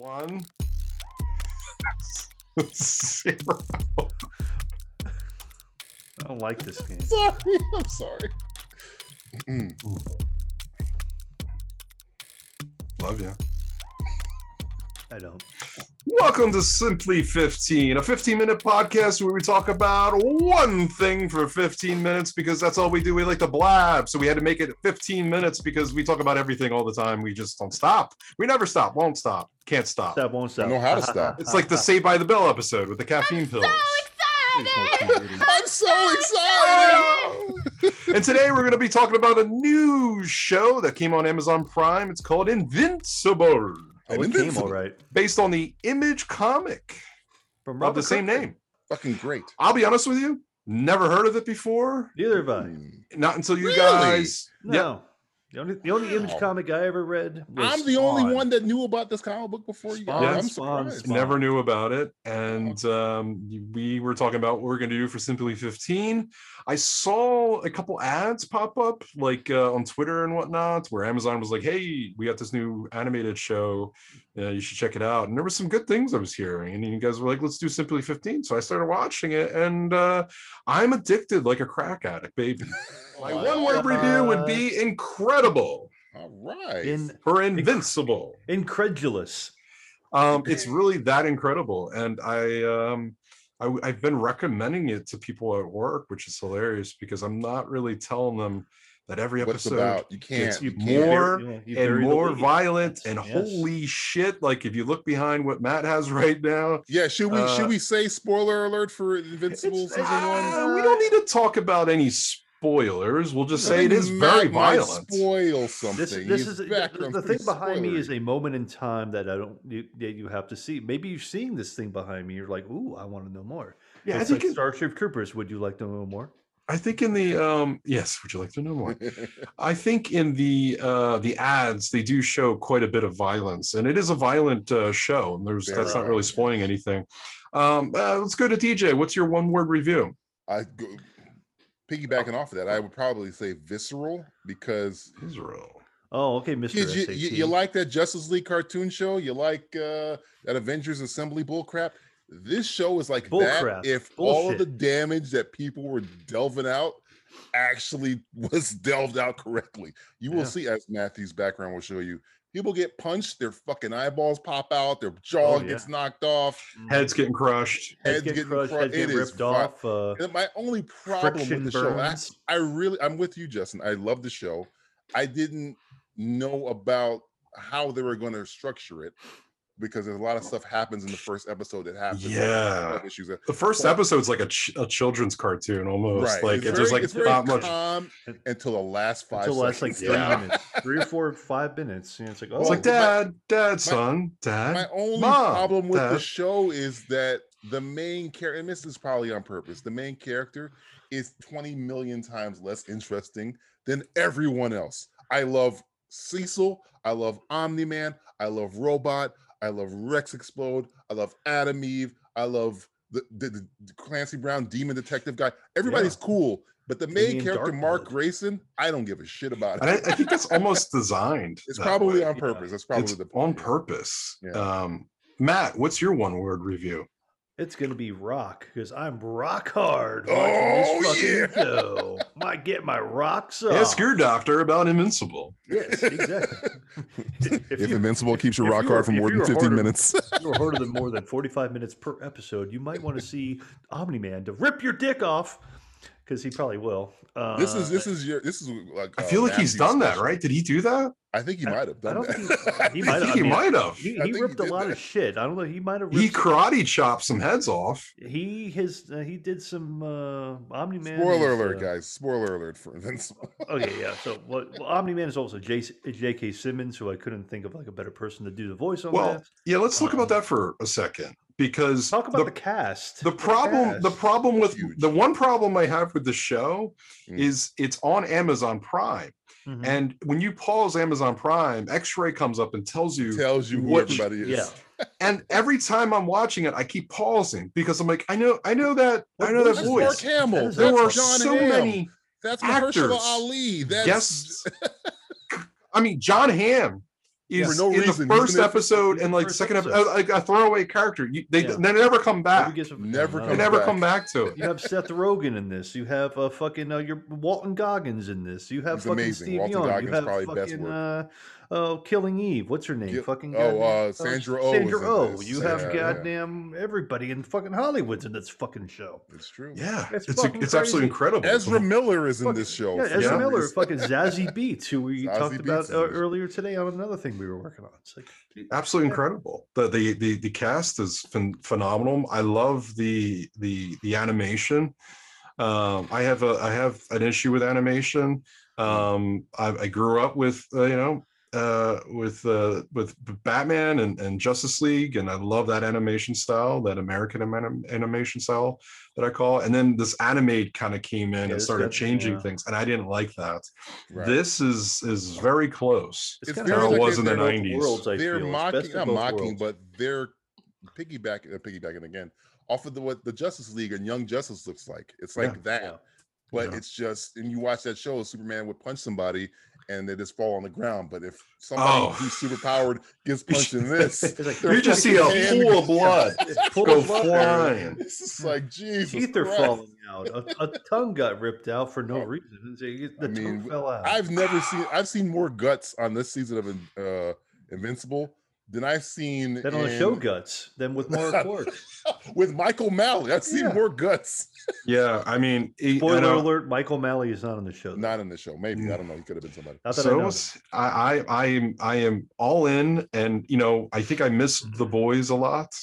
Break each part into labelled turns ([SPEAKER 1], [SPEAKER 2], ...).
[SPEAKER 1] One. Zero.
[SPEAKER 2] I don't like this game.
[SPEAKER 1] Sorry. I'm sorry. Mm. Love ya.
[SPEAKER 2] I don't.
[SPEAKER 1] Welcome to Simply 15, a 15 minute podcast where we talk about one thing for 15 minutes because that's all we do. We like to blab. So we had to make it 15 minutes because we talk about everything all the time. We just don't stop. We never stop, won't stop, can't stop.
[SPEAKER 2] Stop, won't stop.
[SPEAKER 3] know how to stop.
[SPEAKER 1] It's
[SPEAKER 2] uh,
[SPEAKER 1] like the Saved by the Bell episode with the caffeine pills.
[SPEAKER 3] I'm so excited.
[SPEAKER 1] and today we're going to be talking about a new show that came on Amazon Prime. It's called Invincible,
[SPEAKER 2] Oh, it came all right.
[SPEAKER 1] based on the image comic
[SPEAKER 2] From
[SPEAKER 1] of
[SPEAKER 2] Robert
[SPEAKER 1] the same
[SPEAKER 2] Kirkman.
[SPEAKER 1] name.
[SPEAKER 3] Fucking great.
[SPEAKER 1] I'll be honest with you, never heard of it before.
[SPEAKER 2] Neither have I.
[SPEAKER 3] Mm.
[SPEAKER 1] Not until you
[SPEAKER 3] Really?
[SPEAKER 1] guys.
[SPEAKER 2] No. The only, the only image
[SPEAKER 3] Wow.
[SPEAKER 2] comic I ever read was
[SPEAKER 3] I'm the only
[SPEAKER 2] Spawn.
[SPEAKER 3] one that knew about this comic book before you guys.
[SPEAKER 2] Spawn,
[SPEAKER 3] I'm
[SPEAKER 2] Spawn,
[SPEAKER 3] surprised.
[SPEAKER 2] Spawn.
[SPEAKER 1] Never knew about it. And um, y- we were talking about what we're going to do for Simply 15. I saw a couple ads pop up, like uh, on Twitter and whatnot, where Amazon was like, hey, we got this new animated show. Uh, you should check it out. And there was some good things I was hearing. And you guys were like, let's do Simply 15. So I started watching it. And uh, I'm addicted like a crack addict, baby. My
[SPEAKER 3] Wow.
[SPEAKER 1] one word review would be incredible
[SPEAKER 3] All right.
[SPEAKER 2] In,
[SPEAKER 1] for Invincible.
[SPEAKER 2] incredulous.
[SPEAKER 1] um it's really that incredible and i um I, w- i've been recommending it to people at work which is hilarious because i'm not really telling them that every
[SPEAKER 3] what it's
[SPEAKER 1] episode
[SPEAKER 3] about. You can't.
[SPEAKER 1] gets
[SPEAKER 3] you can't.
[SPEAKER 1] more
[SPEAKER 2] You know, you
[SPEAKER 1] and
[SPEAKER 2] bury the
[SPEAKER 1] more
[SPEAKER 2] lead.
[SPEAKER 1] violent and
[SPEAKER 2] Yes.
[SPEAKER 1] holy shit like if you look behind what matt has right now
[SPEAKER 3] Yeah. Should we?
[SPEAKER 1] Uh,
[SPEAKER 3] should we say spoiler alert for Invincible
[SPEAKER 2] it's-
[SPEAKER 3] season one?
[SPEAKER 1] Ah, we don't need to talk about any spoilers we'll just say it is
[SPEAKER 3] Matt
[SPEAKER 1] very
[SPEAKER 3] might
[SPEAKER 1] violent
[SPEAKER 3] Spoil something.
[SPEAKER 2] This, this
[SPEAKER 3] He's
[SPEAKER 2] is
[SPEAKER 3] back
[SPEAKER 2] the,
[SPEAKER 3] on
[SPEAKER 2] the thing
[SPEAKER 3] pretty
[SPEAKER 2] behind me is
[SPEAKER 3] spoilery.
[SPEAKER 2] a moment in time that I don't you, that you have to see. Maybe you've seen this thing behind me. You're like, ooh, I want to know more.
[SPEAKER 1] yeah i
[SPEAKER 2] it's
[SPEAKER 1] think
[SPEAKER 2] like
[SPEAKER 1] in,
[SPEAKER 2] Starship Troopers. Would you like to know more?
[SPEAKER 1] i think in the um yes would you like to know more I think in the uh, the ads they do show quite a bit of violence, and it is a violent uh, show. And there's
[SPEAKER 3] Very
[SPEAKER 1] that's not really
[SPEAKER 3] violent,
[SPEAKER 1] spoiling anything. Um, uh, let's go to DJ. What's your one word review?
[SPEAKER 3] I go, piggybacking off of that, I would probably say visceral because
[SPEAKER 1] Israel.
[SPEAKER 2] Oh, okay, Mister.
[SPEAKER 3] Kids, you, you, you like that Justice League cartoon show? You like uh, that Avengers Assembly bullcrap? This show is like that
[SPEAKER 2] Bullcrap.
[SPEAKER 3] if all of the
[SPEAKER 2] Bullshit.
[SPEAKER 3] damage that people were delving out actually was delved out correctly. You will
[SPEAKER 2] Yeah.
[SPEAKER 3] see, as Matthew's background will show you, people get punched, their fucking eyeballs pop out, their jaw
[SPEAKER 2] Oh, yeah.
[SPEAKER 3] gets knocked off,
[SPEAKER 1] Heads getting crushed.
[SPEAKER 2] heads
[SPEAKER 3] heads,
[SPEAKER 2] Mm. get
[SPEAKER 3] getting
[SPEAKER 2] crushed,
[SPEAKER 3] cru-
[SPEAKER 2] heads get
[SPEAKER 3] it is
[SPEAKER 2] ripped
[SPEAKER 3] fu-
[SPEAKER 2] off. Uh,
[SPEAKER 3] and My only problem with
[SPEAKER 2] friction
[SPEAKER 3] the show, I-
[SPEAKER 2] burns.
[SPEAKER 3] I really, I'm with you, Justin. I love the show. I didn't know about how they were going to structure it because there's a lot of stuff happens in the first episode that happens. like,
[SPEAKER 1] Yeah.
[SPEAKER 3] plot issues. that-
[SPEAKER 1] The first
[SPEAKER 3] Well-
[SPEAKER 1] episode's like a, ch- a children's cartoon almost. Like
[SPEAKER 3] it's
[SPEAKER 1] it's, there's
[SPEAKER 3] very-
[SPEAKER 1] like
[SPEAKER 3] it's very
[SPEAKER 1] not much.
[SPEAKER 3] calm until the last five.
[SPEAKER 2] until last like
[SPEAKER 3] seconds.
[SPEAKER 2] three
[SPEAKER 1] Yeah.
[SPEAKER 2] minutes, three or four, five minutes. And it's like, oh,
[SPEAKER 1] It's like
[SPEAKER 3] Well, my-
[SPEAKER 1] dad, dad, son, dad.
[SPEAKER 3] My only
[SPEAKER 1] Mom,
[SPEAKER 3] problem with the
[SPEAKER 1] Dad.
[SPEAKER 3] show is that the main character, and this is probably on purpose, the main character is 20 million times less interesting than everyone else. I love Cecil. I love Omni Man. I love Robot. I love Rex Explode. I love Adam Eve. I love the, the, the Clancy Brown demon detective guy. Everybody's cool, but the main
[SPEAKER 2] Damian
[SPEAKER 3] character, Mark
[SPEAKER 2] Darkblood.
[SPEAKER 3] Grayson, I don't give a shit about.
[SPEAKER 1] And I, I think that's almost designed.
[SPEAKER 3] it's
[SPEAKER 1] that
[SPEAKER 3] probably
[SPEAKER 1] way.
[SPEAKER 3] on
[SPEAKER 2] yeah.
[SPEAKER 3] purpose. That's probably
[SPEAKER 1] It's
[SPEAKER 3] the
[SPEAKER 1] on
[SPEAKER 3] yeah.
[SPEAKER 1] purpose.
[SPEAKER 3] Yeah.
[SPEAKER 1] Um, Matt, what's your one word review?
[SPEAKER 2] it's gonna be rock because I'm rock hard. watching
[SPEAKER 3] Oh,
[SPEAKER 2] this fucking
[SPEAKER 3] yeah.
[SPEAKER 2] show. Might get my rocks off.
[SPEAKER 1] Ask your doctor about Invincible.
[SPEAKER 2] yes, exactly. if,
[SPEAKER 3] If
[SPEAKER 2] you,
[SPEAKER 3] Invincible keeps you
[SPEAKER 2] if
[SPEAKER 3] rock
[SPEAKER 2] you were-
[SPEAKER 3] hard for
[SPEAKER 2] if
[SPEAKER 3] more
[SPEAKER 2] you
[SPEAKER 3] than
[SPEAKER 2] were
[SPEAKER 3] 15
[SPEAKER 2] harder-
[SPEAKER 3] minutes,
[SPEAKER 2] you're harder than more than 45 minutes per episode, you might want to see Omni Man to rip your dick off because he probably will. Uh,
[SPEAKER 3] this is this is your this is like
[SPEAKER 1] I
[SPEAKER 3] uh,
[SPEAKER 1] feel like he's
[SPEAKER 3] Matthew's
[SPEAKER 1] done that,
[SPEAKER 3] special.
[SPEAKER 1] right? Did he do that?
[SPEAKER 3] I think he might have
[SPEAKER 2] I
[SPEAKER 3] done
[SPEAKER 2] don't
[SPEAKER 3] that.
[SPEAKER 2] think he, he
[SPEAKER 1] I
[SPEAKER 2] might.
[SPEAKER 1] think
[SPEAKER 2] I
[SPEAKER 1] he
[SPEAKER 2] mean,
[SPEAKER 1] might have.
[SPEAKER 2] He,
[SPEAKER 3] I
[SPEAKER 2] he
[SPEAKER 3] think he
[SPEAKER 2] ripped a
[SPEAKER 3] did
[SPEAKER 2] lot
[SPEAKER 3] that.
[SPEAKER 2] of shit. I don't know. He might have. Ripped
[SPEAKER 1] He
[SPEAKER 2] some-
[SPEAKER 1] karate chopped some heads off.
[SPEAKER 2] he his uh, he did some uh Omni Man. uh,
[SPEAKER 3] Spoiler alert, guys! Spoiler alert for Invincible.
[SPEAKER 2] Okay, yeah. So well, well Omni Man is also J- J.K. Simmons, who I couldn't think of like a better person to do the voice on
[SPEAKER 1] Well,
[SPEAKER 2] that.
[SPEAKER 1] Yeah, let's talk about
[SPEAKER 2] Um,
[SPEAKER 1] that for a second because
[SPEAKER 2] Talk about the,
[SPEAKER 1] the,
[SPEAKER 2] cast.
[SPEAKER 1] the problem the
[SPEAKER 2] cast.
[SPEAKER 1] problem with
[SPEAKER 3] Huge.
[SPEAKER 1] the one problem I have with the show
[SPEAKER 3] Mm.
[SPEAKER 1] is it's on Amazon Prime.
[SPEAKER 2] Mhm.
[SPEAKER 1] And when you pause Amazon Prime, X-ray comes up and tells you
[SPEAKER 3] Tells you who
[SPEAKER 1] What-
[SPEAKER 3] everybody is.
[SPEAKER 2] yeah.
[SPEAKER 1] and every time I'm watching it, I keep pausing because I'm like, I know, I know that I
[SPEAKER 2] What
[SPEAKER 1] know that
[SPEAKER 3] That's
[SPEAKER 2] voice.
[SPEAKER 3] Mark
[SPEAKER 1] voice.
[SPEAKER 3] Hamill.
[SPEAKER 2] That is
[SPEAKER 1] There
[SPEAKER 3] that's
[SPEAKER 1] were
[SPEAKER 3] John
[SPEAKER 1] so
[SPEAKER 3] Hamm,
[SPEAKER 1] many
[SPEAKER 3] That's Mahershala
[SPEAKER 1] actors.
[SPEAKER 3] Ali. That's
[SPEAKER 1] yes. I mean, John Hamm is
[SPEAKER 3] For no
[SPEAKER 1] in
[SPEAKER 3] reason,
[SPEAKER 1] the first
[SPEAKER 2] even
[SPEAKER 3] even if-
[SPEAKER 1] episode and
[SPEAKER 2] the
[SPEAKER 1] like
[SPEAKER 2] first
[SPEAKER 1] second episode,
[SPEAKER 2] episode.
[SPEAKER 1] like a throwaway character. You, they,
[SPEAKER 2] Yeah.
[SPEAKER 1] they never come
[SPEAKER 2] Never
[SPEAKER 1] back.
[SPEAKER 2] gives a-
[SPEAKER 3] Never
[SPEAKER 2] no.
[SPEAKER 1] They
[SPEAKER 3] comes
[SPEAKER 1] never
[SPEAKER 3] back.
[SPEAKER 1] come back to it.
[SPEAKER 2] You have Seth Rogen in this. You have uh, fucking uh, your Walton Goggins in this. You have
[SPEAKER 3] He's
[SPEAKER 2] fucking
[SPEAKER 3] amazing.
[SPEAKER 2] Steve
[SPEAKER 3] Walton
[SPEAKER 2] Young.
[SPEAKER 3] Goggins
[SPEAKER 2] you have
[SPEAKER 3] probably best
[SPEAKER 2] fucking uh, oh, Killing Eve. What's her name?
[SPEAKER 3] Kill-
[SPEAKER 2] fucking
[SPEAKER 3] oh,
[SPEAKER 2] goddamn-
[SPEAKER 3] uh, Sandra Oh is
[SPEAKER 2] Sandra
[SPEAKER 3] in
[SPEAKER 2] Oh.
[SPEAKER 3] this.
[SPEAKER 2] You have
[SPEAKER 3] Yeah, yeah.
[SPEAKER 2] goddamn everybody in fucking Hollywood's in this fucking show.
[SPEAKER 3] It's true.
[SPEAKER 1] Yeah,
[SPEAKER 2] It's
[SPEAKER 1] it's it's,
[SPEAKER 2] fucking
[SPEAKER 1] it's absolutely
[SPEAKER 2] crazy.
[SPEAKER 1] incredible.
[SPEAKER 3] Ezra Miller is in
[SPEAKER 2] Fuck-
[SPEAKER 3] this show.
[SPEAKER 2] Yeah,
[SPEAKER 3] for
[SPEAKER 2] Ezra
[SPEAKER 3] some
[SPEAKER 2] Miller,
[SPEAKER 3] reason.
[SPEAKER 2] fucking Zazie Beats, who we
[SPEAKER 3] Zazie
[SPEAKER 2] talked
[SPEAKER 3] Beetz
[SPEAKER 2] about
[SPEAKER 3] is
[SPEAKER 2] uh,
[SPEAKER 3] in this.
[SPEAKER 2] earlier today on another thing we were working on. It's like
[SPEAKER 1] absolutely
[SPEAKER 2] Yeah.
[SPEAKER 1] incredible. The, the the the cast is phen- phenomenal. I love the the the animation. Um, I have a I have an issue with animation. Um, I, I grew up with uh, you know uh, with uh, with Batman and, and Justice League, and I love that animation style, that American anim- animation style that I call. it. And then this anime kind of came in
[SPEAKER 2] Yeah,
[SPEAKER 1] and
[SPEAKER 2] this
[SPEAKER 1] started
[SPEAKER 2] got-
[SPEAKER 1] changing
[SPEAKER 2] yeah.
[SPEAKER 1] things, and I didn't like that.
[SPEAKER 3] Right.
[SPEAKER 1] This is is very close.
[SPEAKER 2] it's,
[SPEAKER 3] It's
[SPEAKER 2] kind of
[SPEAKER 3] very
[SPEAKER 1] How
[SPEAKER 3] like
[SPEAKER 1] it
[SPEAKER 3] they-
[SPEAKER 1] was in the
[SPEAKER 3] they're both
[SPEAKER 1] nineties.
[SPEAKER 2] worlds. I
[SPEAKER 3] they're
[SPEAKER 2] feel. It's best
[SPEAKER 3] mocking,
[SPEAKER 2] of
[SPEAKER 3] not
[SPEAKER 2] both
[SPEAKER 3] mocking,
[SPEAKER 2] worlds.
[SPEAKER 3] but they're piggybacking, uh, piggybacking again off of the, what the Justice League and Young Justice looks like. It's like that,
[SPEAKER 2] Yeah.
[SPEAKER 3] but
[SPEAKER 1] Yeah.
[SPEAKER 3] it's just, and you watch that show, Superman would punch somebody and they just fall on the ground. But if somebody
[SPEAKER 1] Oh.
[SPEAKER 3] who's super powered gets punched in this,
[SPEAKER 2] It's like,
[SPEAKER 3] They're
[SPEAKER 1] You just see a
[SPEAKER 3] fucking
[SPEAKER 1] pool of blood
[SPEAKER 2] pull
[SPEAKER 1] go
[SPEAKER 2] the plug.
[SPEAKER 1] flying.
[SPEAKER 3] this is like Jesus.
[SPEAKER 2] teeth are
[SPEAKER 3] Christ.
[SPEAKER 2] falling out. A, a tongue got ripped out for no
[SPEAKER 3] Oh.
[SPEAKER 2] reason. And so you- The tongue
[SPEAKER 3] I mean,
[SPEAKER 2] fell out.
[SPEAKER 3] I've never seen. I've seen more guts on this season of In- uh, Invincible than I've seen
[SPEAKER 2] then on the
[SPEAKER 3] in-
[SPEAKER 2] show guts. Then with Mark Clark.
[SPEAKER 3] with Michael Malley. I've seen
[SPEAKER 2] Yeah.
[SPEAKER 3] more guts.
[SPEAKER 1] Yeah, I mean, e- you
[SPEAKER 2] Spoiler
[SPEAKER 1] know,
[SPEAKER 2] alert: Michael Malley is not on the show. though.
[SPEAKER 3] Not in the show. Maybe I don't know. He could have been somebody.
[SPEAKER 2] Not that I
[SPEAKER 1] So
[SPEAKER 2] know.
[SPEAKER 1] s- I, I, I am, I am all in, and you know, I think I missed the boys a lot,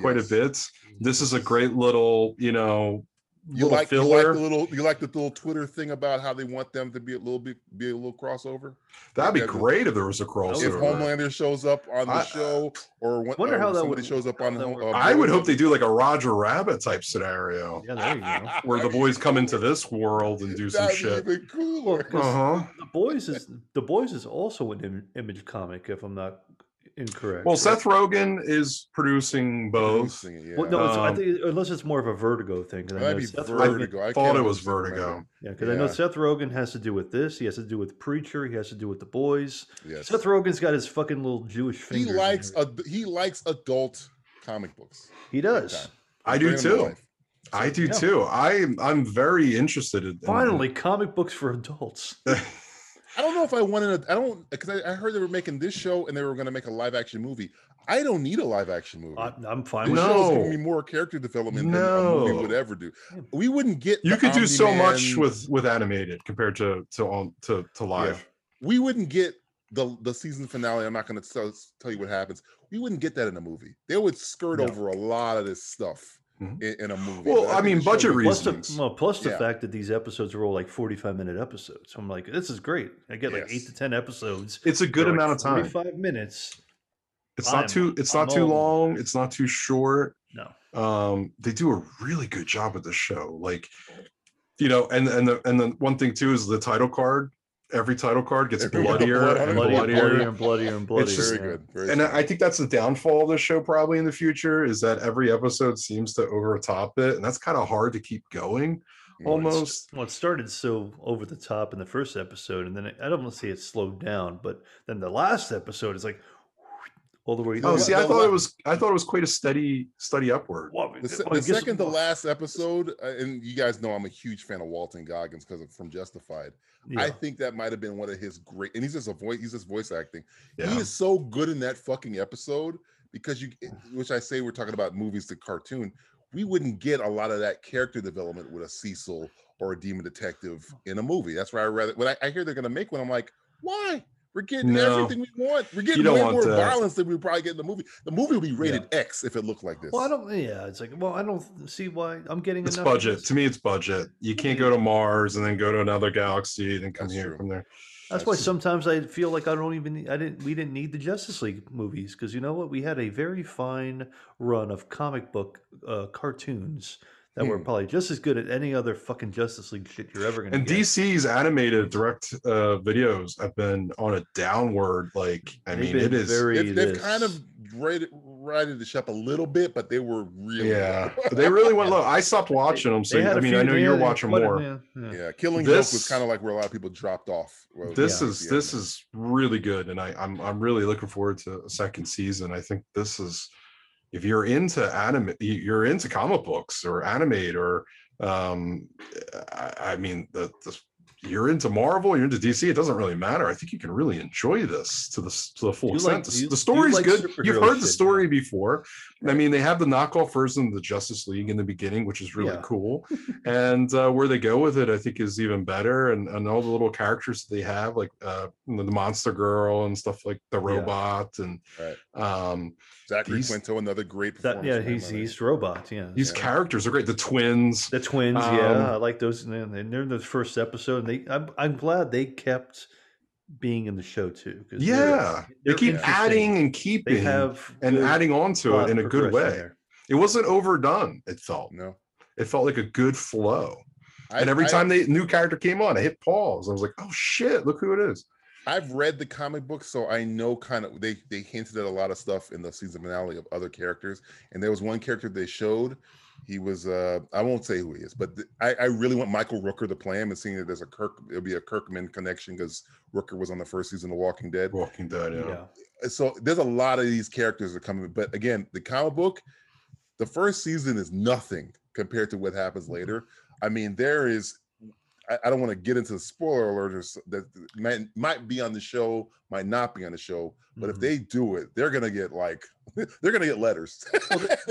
[SPEAKER 1] quite a
[SPEAKER 3] Mm-hmm. Yes.
[SPEAKER 1] bit. This is a great little, you know,
[SPEAKER 3] You
[SPEAKER 1] little
[SPEAKER 3] like, you like
[SPEAKER 1] filler.
[SPEAKER 3] the little you like the little Twitter thing about how they want them to be a little bit be a little crossover.
[SPEAKER 1] That'd be
[SPEAKER 3] Yeah, 'cause
[SPEAKER 1] great if there was a
[SPEAKER 2] would
[SPEAKER 3] if
[SPEAKER 2] love
[SPEAKER 1] crossover.
[SPEAKER 3] Homelander shows up on the
[SPEAKER 1] I-
[SPEAKER 3] show, or when,
[SPEAKER 2] Wonder
[SPEAKER 3] or
[SPEAKER 2] how that
[SPEAKER 3] somebody
[SPEAKER 2] would-
[SPEAKER 3] shows up
[SPEAKER 2] how
[SPEAKER 3] on.
[SPEAKER 2] that
[SPEAKER 3] Hom-
[SPEAKER 2] would
[SPEAKER 3] uh,
[SPEAKER 2] work.
[SPEAKER 1] I would hope
[SPEAKER 3] Blue-
[SPEAKER 1] they do like a Roger Rabbit type scenario
[SPEAKER 2] Yeah, there you go.
[SPEAKER 1] where the
[SPEAKER 3] That'd be
[SPEAKER 1] boys come into
[SPEAKER 3] cooler.
[SPEAKER 1] this world and do some
[SPEAKER 3] That'd be
[SPEAKER 1] shit.
[SPEAKER 3] Even cooler.
[SPEAKER 2] Well, 'cause
[SPEAKER 1] Uh huh.
[SPEAKER 2] The boys is the boys is also an Im- image comic, if I'm not incorrect.
[SPEAKER 1] Well,
[SPEAKER 2] right?
[SPEAKER 1] Seth Rogen is producing both.
[SPEAKER 3] Producing it, yeah.
[SPEAKER 2] Well, no, it's, I
[SPEAKER 1] um,
[SPEAKER 2] think unless it's more of a Vertigo thing. 'cause I
[SPEAKER 3] That'd
[SPEAKER 2] know
[SPEAKER 3] be
[SPEAKER 2] Seth Rogen-
[SPEAKER 3] Vertigo. I
[SPEAKER 1] thought
[SPEAKER 3] can't
[SPEAKER 1] it was
[SPEAKER 3] remember.
[SPEAKER 1] Vertigo.
[SPEAKER 2] Yeah, because I know
[SPEAKER 3] Yeah.
[SPEAKER 2] Seth Rogen has to do with this. He has to do with Preacher. He has to do with the boys.
[SPEAKER 3] Yes.
[SPEAKER 2] Seth Rogen's got his fucking little Jewish
[SPEAKER 3] he
[SPEAKER 2] finger.
[SPEAKER 3] likes ad- he likes adult comic books.
[SPEAKER 2] He does.
[SPEAKER 1] I
[SPEAKER 3] He's
[SPEAKER 1] do
[SPEAKER 3] bringing them to
[SPEAKER 1] too.
[SPEAKER 3] life.
[SPEAKER 1] I do
[SPEAKER 2] Yeah.
[SPEAKER 1] too. I I'm very interested in in-
[SPEAKER 2] Finally, comic books for adults.
[SPEAKER 3] I don't know if I wanted. A, I don't because I, I heard they were making this show and they were going to make a live action movie. I don't need a live action movie.
[SPEAKER 2] I, I'm
[SPEAKER 3] The
[SPEAKER 2] fine
[SPEAKER 3] show's
[SPEAKER 2] with
[SPEAKER 1] No.
[SPEAKER 3] giving me more character development than a
[SPEAKER 1] No.
[SPEAKER 3] movie would ever do.
[SPEAKER 2] Yeah.
[SPEAKER 3] We wouldn't get.
[SPEAKER 1] you
[SPEAKER 3] the
[SPEAKER 1] could do so much
[SPEAKER 3] Omni-Man-
[SPEAKER 1] with with animated compared to to on to to live
[SPEAKER 3] We wouldn't get the the season finale. I'm not going to tell, tell you what happens. We wouldn't get that in a movie. They would skirt
[SPEAKER 2] No.
[SPEAKER 3] over a lot of this stuff
[SPEAKER 1] Mhm.
[SPEAKER 3] in, in a movie.
[SPEAKER 1] Well,
[SPEAKER 3] but
[SPEAKER 1] I
[SPEAKER 3] think
[SPEAKER 1] mean,
[SPEAKER 3] the show
[SPEAKER 1] budget
[SPEAKER 3] would-
[SPEAKER 2] Plus the,
[SPEAKER 1] reasonings.
[SPEAKER 2] well, plus the
[SPEAKER 3] Yeah.
[SPEAKER 2] fact that these episodes are all like 45 minute episodes. So I'm like, this is great. I get like eight
[SPEAKER 3] Yes.
[SPEAKER 2] to 10 episodes.
[SPEAKER 1] it's a good
[SPEAKER 2] They're, like,
[SPEAKER 1] amount of time
[SPEAKER 2] 45 minutes.
[SPEAKER 1] it's not
[SPEAKER 2] I'm-
[SPEAKER 1] too it's
[SPEAKER 2] I'm
[SPEAKER 1] not too
[SPEAKER 2] all-
[SPEAKER 1] long it's not too short
[SPEAKER 2] No.
[SPEAKER 1] um they do a really good job with the show like you know and and the and the one thing too is the title card every title card gets
[SPEAKER 3] Every- Blood
[SPEAKER 1] bloodier
[SPEAKER 3] on
[SPEAKER 1] and
[SPEAKER 3] it.
[SPEAKER 2] Bloodier,
[SPEAKER 1] bloodier
[SPEAKER 2] bloodier, and bloodier, and bloodier.
[SPEAKER 1] It's just-
[SPEAKER 3] Very
[SPEAKER 2] yeah.
[SPEAKER 3] good. Very
[SPEAKER 1] and
[SPEAKER 3] solid.
[SPEAKER 1] I I think that's the downfall of the show probably in the future is that every episode seems to overtop it and that's kind of hard to keep going
[SPEAKER 3] Mm.
[SPEAKER 1] almost
[SPEAKER 2] Well, it started so over the top in the first episode, and then it, I don't want to say it slowed down, but then the last episode is like all the way.
[SPEAKER 1] Oh,
[SPEAKER 3] Well,
[SPEAKER 1] see,
[SPEAKER 3] the-
[SPEAKER 1] I
[SPEAKER 3] the
[SPEAKER 1] thought
[SPEAKER 3] la-
[SPEAKER 1] it was I thought it was quite a steady steady upward.
[SPEAKER 2] What-
[SPEAKER 3] The, se-
[SPEAKER 2] well,
[SPEAKER 3] the
[SPEAKER 2] guess
[SPEAKER 3] second to
[SPEAKER 2] what?
[SPEAKER 3] last episode, uh, and you guys know I'm a huge fan of Walton Goggins because from Justified.
[SPEAKER 2] Yeah.
[SPEAKER 3] I think that might have been one of his great, and he's just a voice. He's just voice acting. He
[SPEAKER 1] Yeah.
[SPEAKER 3] is so good in that fucking episode because you, eh, which I say we're talking about movies to cartoon. We wouldn't get a lot of that character development with a Cecil or a demon detective in a movie. That's why I rather when I, I hear they're gonna make one, I'm like, why? We're getting
[SPEAKER 1] No.
[SPEAKER 3] everything we want. We're getting
[SPEAKER 1] don't
[SPEAKER 3] way
[SPEAKER 1] want
[SPEAKER 3] more
[SPEAKER 1] that.
[SPEAKER 3] violence than we probably get in the movie. The movie would be rated X if it looked like this.
[SPEAKER 2] Well, I don't. Yeah, it's like, well, I don't see why I'm getting
[SPEAKER 1] It's
[SPEAKER 2] enough of
[SPEAKER 1] budget.
[SPEAKER 2] this.
[SPEAKER 1] To me, it's budget. You can't go to Mars and then go to another galaxy and then come
[SPEAKER 3] That's
[SPEAKER 1] here
[SPEAKER 3] true.
[SPEAKER 1] from there.
[SPEAKER 2] That's why
[SPEAKER 3] That's-
[SPEAKER 2] sometimes I feel like I don't even. I didn't. We didn't need the Justice League movies because you know what? We had a very fine run of comic book uh, cartoons that were
[SPEAKER 3] Hmm.
[SPEAKER 2] probably just as good at any other fucking Justice League shit you're ever gonna.
[SPEAKER 1] And
[SPEAKER 2] get.
[SPEAKER 1] DC's animated direct uh, videos have been on a downward. Like, I
[SPEAKER 2] They've
[SPEAKER 1] mean, it
[SPEAKER 2] been
[SPEAKER 1] is.
[SPEAKER 2] very.
[SPEAKER 3] they've, they've kind
[SPEAKER 2] this.
[SPEAKER 3] of rated, righted the ship a little bit, but they were really
[SPEAKER 1] yeah, they really went low. I stopped watching them. So
[SPEAKER 2] They had
[SPEAKER 1] I
[SPEAKER 2] a
[SPEAKER 1] mean,
[SPEAKER 2] few-
[SPEAKER 1] I know
[SPEAKER 2] they
[SPEAKER 1] you're
[SPEAKER 2] had a-
[SPEAKER 1] watching
[SPEAKER 2] quite a-
[SPEAKER 1] more.
[SPEAKER 2] yeah, yeah.
[SPEAKER 3] yeah. Killing
[SPEAKER 1] This-
[SPEAKER 3] Joke was kind of like where a lot of people dropped off. Well,
[SPEAKER 1] this
[SPEAKER 3] yeah,
[SPEAKER 1] is
[SPEAKER 3] yeah.
[SPEAKER 1] this is really good and i i'm i'm really looking forward to a second season i think this is if you're into anime you- you're into comic books or animate or um i, I mean the, the you're into marvel you're into dc it doesn't really matter i think you can really enjoy this to the s- to the full
[SPEAKER 2] Do you like-
[SPEAKER 1] extent
[SPEAKER 2] do
[SPEAKER 1] the,
[SPEAKER 2] you-
[SPEAKER 1] the
[SPEAKER 2] do you
[SPEAKER 1] story's
[SPEAKER 2] like
[SPEAKER 1] good you've
[SPEAKER 2] superhero
[SPEAKER 1] heard the
[SPEAKER 2] shit,
[SPEAKER 1] story
[SPEAKER 2] John?
[SPEAKER 1] before i mean they have the knockoff version of the justice league in the beginning which is really
[SPEAKER 2] Yeah.
[SPEAKER 1] cool and uh, where they go with it, I think, is even better. And, and all the little characters that they have, like uh, you know, the monster girl and stuff, like the robot, and
[SPEAKER 3] Right.
[SPEAKER 1] um,
[SPEAKER 3] Zachary
[SPEAKER 1] these-
[SPEAKER 3] Quinto, another great
[SPEAKER 2] That,
[SPEAKER 3] performance.
[SPEAKER 2] yeah,
[SPEAKER 3] from him,
[SPEAKER 2] he's
[SPEAKER 3] I think.
[SPEAKER 2] he's robot. Yeah,
[SPEAKER 1] these
[SPEAKER 3] Yeah.
[SPEAKER 1] characters are great. The twins,
[SPEAKER 2] the twins.
[SPEAKER 1] Um,
[SPEAKER 2] yeah, I like those. And they're- they're in the first episode. And they, I'm, I'm glad they kept being in the show too. 'cause they're-
[SPEAKER 1] yeah, they
[SPEAKER 2] they're
[SPEAKER 1] keep
[SPEAKER 2] interesting.
[SPEAKER 1] adding and
[SPEAKER 2] They
[SPEAKER 1] keeping
[SPEAKER 2] have
[SPEAKER 1] and
[SPEAKER 2] good
[SPEAKER 1] adding on to
[SPEAKER 2] plot
[SPEAKER 1] it in a good
[SPEAKER 2] progression
[SPEAKER 1] way.
[SPEAKER 2] there.
[SPEAKER 1] It wasn't overdone. It felt
[SPEAKER 3] No,
[SPEAKER 1] it felt like a good flow.
[SPEAKER 3] I-
[SPEAKER 1] and every
[SPEAKER 3] I-
[SPEAKER 1] time they new character came on, I hit pause. I was like, oh shit, look who it is.
[SPEAKER 3] I've read the comic book, so I know kind of they they hinted at a lot of stuff in the season finale of other characters. And there was one character they showed. He was uh I won't say who he is, but th- I, I really want Michael Rooker to play him and seeing that there's a Kirk it'll be a Kirkman connection because Rooker was on the first season of Walking Dead.
[SPEAKER 1] Walking Dead. Yeah.
[SPEAKER 2] Yeah.
[SPEAKER 3] So there's a lot of these characters that come in, but again, the comic book, the first season is nothing compared to what happens
[SPEAKER 2] Mm-hmm.
[SPEAKER 3] later. I mean, there is I, I don't want to get into the spoiler alert or s- that might might be on the show, might not be on the show, but if
[SPEAKER 2] Mhm.
[SPEAKER 3] they do it, they're gonna get like they're gonna get letters.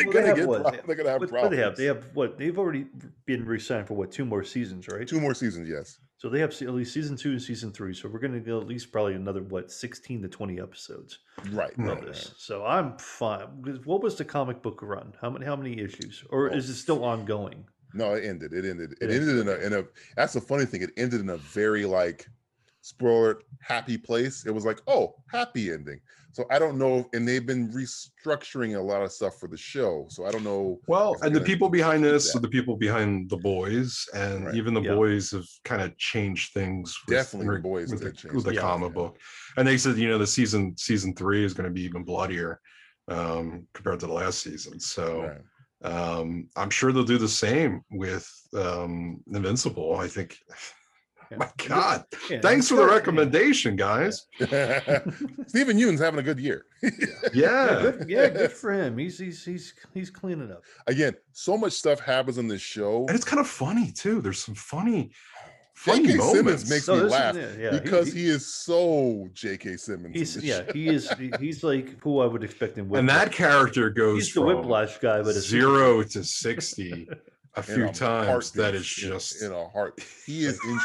[SPEAKER 2] Mm-hmm. Well, they-
[SPEAKER 3] they're
[SPEAKER 2] well, they have
[SPEAKER 3] gonna get
[SPEAKER 2] what?
[SPEAKER 3] prob- they're gonna
[SPEAKER 2] What,
[SPEAKER 3] have
[SPEAKER 2] what
[SPEAKER 3] problems.
[SPEAKER 2] they have? They have what? They've already been re-signed for what? Two more seasons, right?
[SPEAKER 3] two more seasons, yes.
[SPEAKER 2] So they have se- at least season two and season three. So we're going to go at least probably another what sixteen to twenty episodes
[SPEAKER 3] Right.
[SPEAKER 1] No,
[SPEAKER 2] of
[SPEAKER 3] right,
[SPEAKER 2] this.
[SPEAKER 3] right.
[SPEAKER 2] So I'm fine. 'Cause What was the comic book run? How many? How many issues? Or
[SPEAKER 3] Oh.
[SPEAKER 2] is it still ongoing?
[SPEAKER 3] No, it ended. It ended. It
[SPEAKER 2] Yeah.
[SPEAKER 3] ended in a in a that's the funny thing. It ended in a very like spoiler happy place. It was like, oh, happy ending. So I don't know, and they've been restructuring a lot of stuff for the show. So I don't know.
[SPEAKER 1] Well,
[SPEAKER 3] It's
[SPEAKER 1] and the
[SPEAKER 3] gonna
[SPEAKER 1] people behind
[SPEAKER 3] do
[SPEAKER 1] this
[SPEAKER 3] that.
[SPEAKER 1] are the people behind the boys, and
[SPEAKER 3] Right.
[SPEAKER 1] even the
[SPEAKER 2] Yeah.
[SPEAKER 1] boys have kind of changed things. with-
[SPEAKER 3] Definitely the
[SPEAKER 1] with-
[SPEAKER 3] boys
[SPEAKER 1] with
[SPEAKER 3] did
[SPEAKER 1] the,
[SPEAKER 3] change
[SPEAKER 1] with the
[SPEAKER 2] things,
[SPEAKER 1] comic
[SPEAKER 3] yeah.
[SPEAKER 1] book, and they said you know the season season three is going to be even bloodier um, compared to the last season. So
[SPEAKER 3] Right.
[SPEAKER 1] um, I'm sure they'll do the same with um, Invincible. I think.
[SPEAKER 2] Yeah.
[SPEAKER 1] My God!
[SPEAKER 2] Yeah,
[SPEAKER 1] Thanks for the
[SPEAKER 2] good, yeah.
[SPEAKER 1] recommendation, guys.
[SPEAKER 3] Stephen Yoon's having a good year.
[SPEAKER 2] Yeah,
[SPEAKER 1] Yeah,
[SPEAKER 2] good, yeah, good for him. He's he's he's he's cleaning up.
[SPEAKER 3] Again, so much stuff happens on this show.
[SPEAKER 1] and it's kind of funny too. There's some funny, funny
[SPEAKER 3] J.K.
[SPEAKER 1] moments.
[SPEAKER 3] Simmons makes
[SPEAKER 2] No,
[SPEAKER 3] me
[SPEAKER 2] this is
[SPEAKER 3] laugh
[SPEAKER 2] it, yeah, he-
[SPEAKER 3] because
[SPEAKER 2] he-
[SPEAKER 3] he, is so J.K. Simmons. in
[SPEAKER 2] He's
[SPEAKER 3] this
[SPEAKER 2] yeah,
[SPEAKER 3] show.
[SPEAKER 2] he is he- he's like who I would expect in
[SPEAKER 1] and that
[SPEAKER 2] Whiplash.
[SPEAKER 1] character goes
[SPEAKER 2] he's the
[SPEAKER 1] from
[SPEAKER 2] Whiplash guy, but it's
[SPEAKER 1] zero to sixty a
[SPEAKER 3] In
[SPEAKER 1] few
[SPEAKER 3] a
[SPEAKER 1] times. That
[SPEAKER 3] heartbeat,
[SPEAKER 1] is
[SPEAKER 3] in-
[SPEAKER 1] just
[SPEAKER 3] in a heart. He is. In,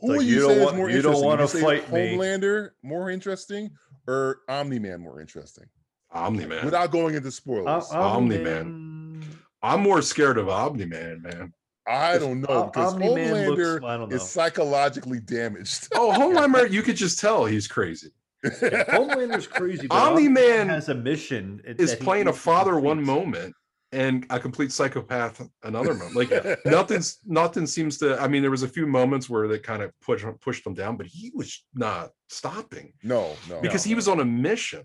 [SPEAKER 3] who
[SPEAKER 2] like,
[SPEAKER 3] would
[SPEAKER 2] you
[SPEAKER 3] you,
[SPEAKER 2] don't
[SPEAKER 3] say is
[SPEAKER 2] want-
[SPEAKER 3] more
[SPEAKER 2] you don't
[SPEAKER 3] interesting?
[SPEAKER 2] wanna
[SPEAKER 3] say
[SPEAKER 2] fight me.
[SPEAKER 3] Homelander more interesting or Omni Man more interesting?
[SPEAKER 1] Omni Man.
[SPEAKER 3] Without going into spoilers,
[SPEAKER 2] Uh,
[SPEAKER 1] Omni-Man. I'm more scared of Omni Man, man.
[SPEAKER 3] I don't know because
[SPEAKER 2] Omni Man
[SPEAKER 3] Homelander
[SPEAKER 2] uh, looks. I don't know.
[SPEAKER 3] is psychologically damaged.
[SPEAKER 1] Oh, Homelander, you could just tell he's crazy.
[SPEAKER 2] Yeah, Homelander's crazy. but
[SPEAKER 1] Omni-Man
[SPEAKER 2] Omni-Man has a mission. and-
[SPEAKER 1] Is
[SPEAKER 2] that he
[SPEAKER 1] playing a
[SPEAKER 2] needs to
[SPEAKER 1] father one
[SPEAKER 2] complete.
[SPEAKER 1] moment and a complete psychopath another moment. Like nothing's nothing seems to. I mean, there was a few moments where they kind of push pushed him down, but he was not stopping
[SPEAKER 3] no, no,
[SPEAKER 1] because
[SPEAKER 3] no.
[SPEAKER 1] he was on a mission.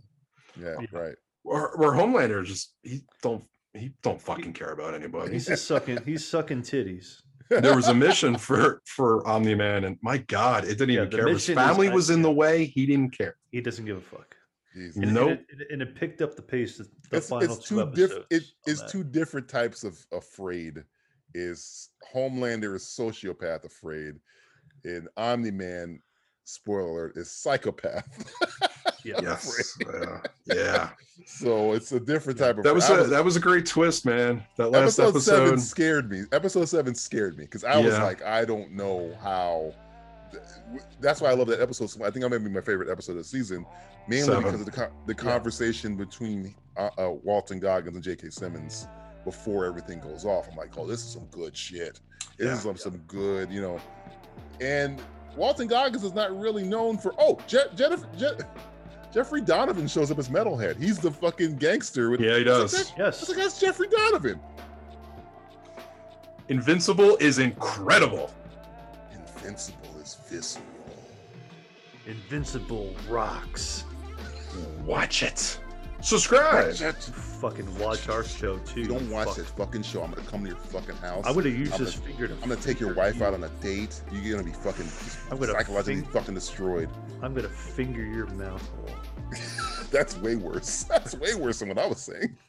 [SPEAKER 3] yeah, right.
[SPEAKER 1] Where, where Homelander just he don't he don't fucking care about anybody.
[SPEAKER 2] He's just sucking. He's sucking titties.
[SPEAKER 1] there was a mission for for Omni Man, and my God, it didn't
[SPEAKER 2] Yeah,
[SPEAKER 1] even
[SPEAKER 2] the
[SPEAKER 1] care. His
[SPEAKER 2] mission is
[SPEAKER 1] family
[SPEAKER 2] I-
[SPEAKER 1] was in the
[SPEAKER 2] yeah.
[SPEAKER 1] way; he didn't care.
[SPEAKER 2] He doesn't give a fuck.
[SPEAKER 3] Jesus.
[SPEAKER 2] And- And,
[SPEAKER 1] Nope.
[SPEAKER 2] it, and it- and it picked up the pace. The, the
[SPEAKER 3] it's,
[SPEAKER 2] final
[SPEAKER 3] it's
[SPEAKER 2] two,
[SPEAKER 3] two different.
[SPEAKER 2] episodes
[SPEAKER 3] It,
[SPEAKER 2] on
[SPEAKER 3] it's
[SPEAKER 2] that.
[SPEAKER 3] two different types of afraid. Is Homelander is sociopath afraid, and Omni Man, spoiler alert, is psychopath.
[SPEAKER 2] Yeah.
[SPEAKER 1] Yes, uh, yeah.
[SPEAKER 3] so it's a different type of.
[SPEAKER 1] That was
[SPEAKER 3] afraid. I
[SPEAKER 1] a that was a great twist, man. That last
[SPEAKER 3] episode, seven
[SPEAKER 1] episode,
[SPEAKER 3] scared me. Episode seven scared me because I was
[SPEAKER 1] Yeah.
[SPEAKER 3] like, I don't know how. th- w- That's why I love that episode. so much. I think that might be my favorite episode of the season, mainly
[SPEAKER 1] Seven.
[SPEAKER 3] because of the co- the conversation between uh, uh, Walton Goggins and J.K. Simmons before everything goes off. I'm like, oh, this is some good shit. This
[SPEAKER 1] Yeah.
[SPEAKER 3] is some, some good, you know. And Walton Goggins is not really known for. Oh, Je- Jennifer, Je- Jeffrey Donovan shows up as Metalhead. He's the fucking gangster with.
[SPEAKER 1] yeah, he
[SPEAKER 3] I was like,
[SPEAKER 1] does.
[SPEAKER 3] "That- I was
[SPEAKER 2] Yes.
[SPEAKER 3] like, that's Jeffrey Donovan.
[SPEAKER 1] Invincible is incredible.
[SPEAKER 3] Invincible is visceral.
[SPEAKER 2] Invincible rocks.
[SPEAKER 1] Watch it. Subscribe.
[SPEAKER 3] Watch that-
[SPEAKER 2] Fucking watch our show too.
[SPEAKER 3] You don't watch
[SPEAKER 2] Fuck.
[SPEAKER 3] that fucking show. I'm gonna come to your fucking house.
[SPEAKER 2] I'm gonna use
[SPEAKER 3] I'm
[SPEAKER 2] this
[SPEAKER 3] gonna-
[SPEAKER 2] finger to.
[SPEAKER 3] I'm gonna take your wife out on a date. You're gonna be fucking just
[SPEAKER 2] I'm gonna
[SPEAKER 3] psychologically
[SPEAKER 2] think-
[SPEAKER 3] fucking destroyed.
[SPEAKER 2] I'm gonna finger your mouth hole.
[SPEAKER 3] That's way worse. That's way worse than what I was saying.